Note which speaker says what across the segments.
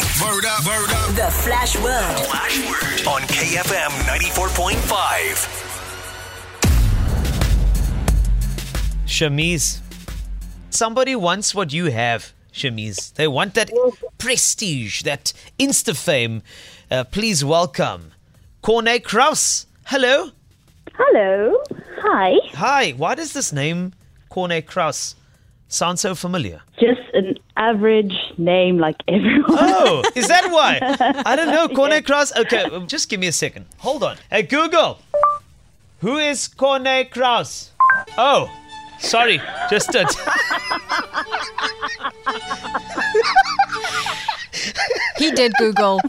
Speaker 1: Word up, word up.
Speaker 2: The Flash Word.
Speaker 3: Flash Word on KFM 94.5.
Speaker 4: Shamiz. Somebody wants what you have, Shamiz. They want that prestige, that insta fame. Uh, please welcome Corne Kraus. Hello.
Speaker 5: Hello. Hi.
Speaker 4: Hi. Why does this name, Corne Kraus, sound so familiar?
Speaker 5: Just an average name like everyone.
Speaker 4: Oh, is that why? I don't know. Corne Kraus. Okay, um, just give me a second. Hold on. Hey, Google. Who is Corne Kraus? Oh, sorry. Just uh, a.
Speaker 6: He did Google.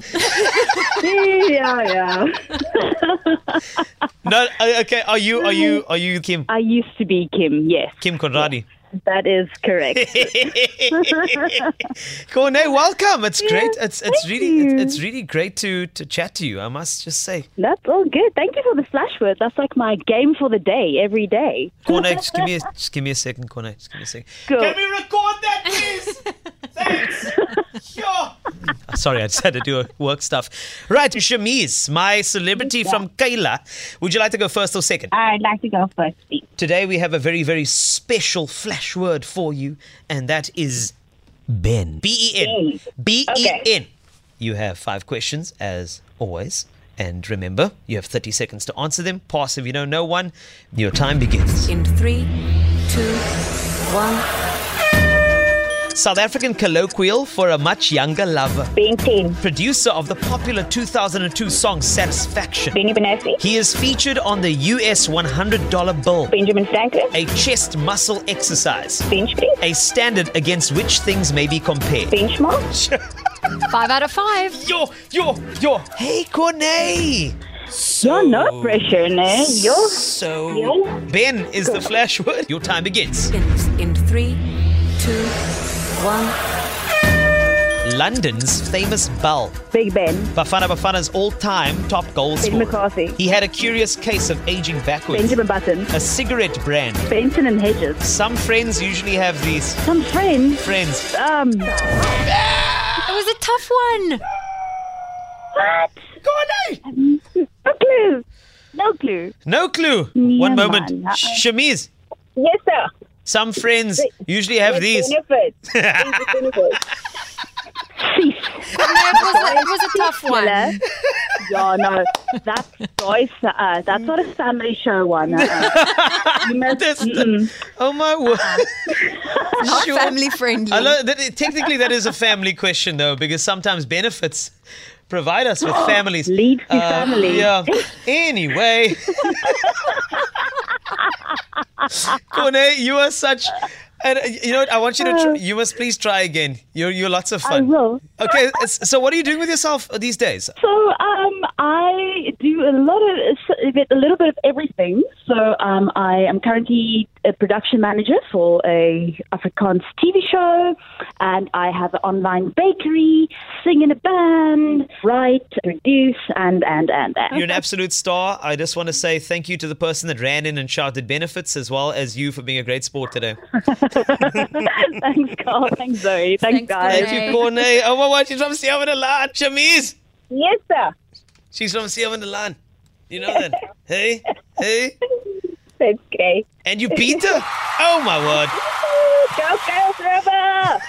Speaker 5: yeah, yeah.
Speaker 4: No, uh, okay. Are you are you are you Kim
Speaker 5: I used to be Kim, yes.
Speaker 4: Kim Conradi?
Speaker 5: That is correct.
Speaker 4: Corne, welcome. It's great. It's it's
Speaker 5: thank
Speaker 4: really
Speaker 5: you.
Speaker 4: it's, it's really great to to chat to you. I must just say,
Speaker 5: That's all good. Thank you for the flash word. That's like my game for the day, every day.
Speaker 4: Corne, just give me a, just give me a second, Corne. Just give me a second.
Speaker 5: Cool.
Speaker 4: we record that, please? Thanks. Sure. Sorry, I just had to do work stuff. Right, Shamiz, my celebrity from Kaila. Would you like to go first or second?
Speaker 5: I'd like to go first, please.
Speaker 4: Today we have a very, very special flash word for you, and that is Ben. B E N. B E N. You have five questions, as always. And remember, you have 30 seconds to answer them. Pass if you don't know one. Your time begins.
Speaker 6: In three, two, one.
Speaker 4: South African colloquial for a much younger lover.
Speaker 5: Being Tim,
Speaker 4: Producer of the popular 2002 song Satisfaction.
Speaker 5: Benny Benassi,
Speaker 4: He is featured on the US $100 bill.
Speaker 5: Benjamin Franklin,
Speaker 4: A chest muscle exercise.
Speaker 5: bench press,
Speaker 4: A standard against which things may be compared.
Speaker 5: benchmark,
Speaker 6: Five out of five.
Speaker 4: Yo, yo, yo. Hey, Corne. So,
Speaker 5: Oh, no pressure, no. You're
Speaker 4: So,
Speaker 5: Yo.
Speaker 4: Ben is the flash word. Your time begins.
Speaker 6: In, in three, two, one.
Speaker 4: London's famous bell.
Speaker 5: Big Ben,
Speaker 4: Bafana Bafana's all-time top goal
Speaker 5: Ben
Speaker 4: scorer.
Speaker 5: McCarthy,
Speaker 4: He had a curious case of aging backwards.
Speaker 5: Benjamin Button,
Speaker 4: A cigarette brand.
Speaker 5: Benson and Hedges.
Speaker 4: Some friends usually have these
Speaker 5: Some friends,
Speaker 4: friends.
Speaker 5: um,
Speaker 6: It was a tough one.
Speaker 4: Corne!
Speaker 5: no clue. No clue.
Speaker 4: No clue.
Speaker 5: Yeah,
Speaker 4: One moment.
Speaker 5: man.
Speaker 4: Sh- Shamiz.
Speaker 5: Yes, sir.
Speaker 4: Some friends usually have these.
Speaker 6: No, it, was a, it was a tough one.
Speaker 5: Yeah, no, that's voice. Uh, that's not a family show one. Uh, you must,
Speaker 4: That's-
Speaker 5: mm-mm.
Speaker 4: Oh my word.
Speaker 5: Uh-uh.
Speaker 6: Not
Speaker 4: Sure.
Speaker 6: family friendly.
Speaker 4: I love that. Technically, that is a family question though, because sometimes benefits provide us with families.
Speaker 5: Leads to family.
Speaker 4: Uh, Yeah. Anyway, Corne, you are such. And uh, you know what? I want you to. Tr- you must please try again. You're you're lots of fun.
Speaker 5: I will.
Speaker 4: Okay. s- So what are you doing with yourself these days?
Speaker 5: So um, I do a lot of a bit- a little bit of everything. So um, I am currently a production manager for a Afrikaans TV show, and I have an online bakery, sing in a band, write, produce, and and and and.
Speaker 4: You're an absolute star. I just want to say thank you to the person that ran in and shouted benefits, as well as you for being a great sport today.
Speaker 5: thanks, Carl. Thanks, Zoe. Thanks,
Speaker 6: Thanks,
Speaker 5: guys.
Speaker 6: Zoe.
Speaker 4: Thank you, Corne. Oh my God, she's from Sierra Milan. Shamiz.
Speaker 5: Yes, sir.
Speaker 4: She's from Sierra Milan. You know that? hey, hey.
Speaker 5: That's great.
Speaker 4: And you beat her? Oh my word.
Speaker 5: Go, Girls Rubber!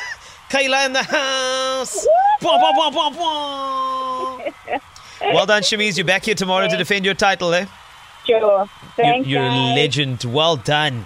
Speaker 4: Kayla in the house. Bwah, bwah, bwah, bwah, bwah. Well done, Shamiz. You're back here tomorrow to defend your title, eh?
Speaker 5: Sure.
Speaker 4: You-
Speaker 5: Thanks,
Speaker 4: You're a
Speaker 5: guys.
Speaker 4: legend. Well done.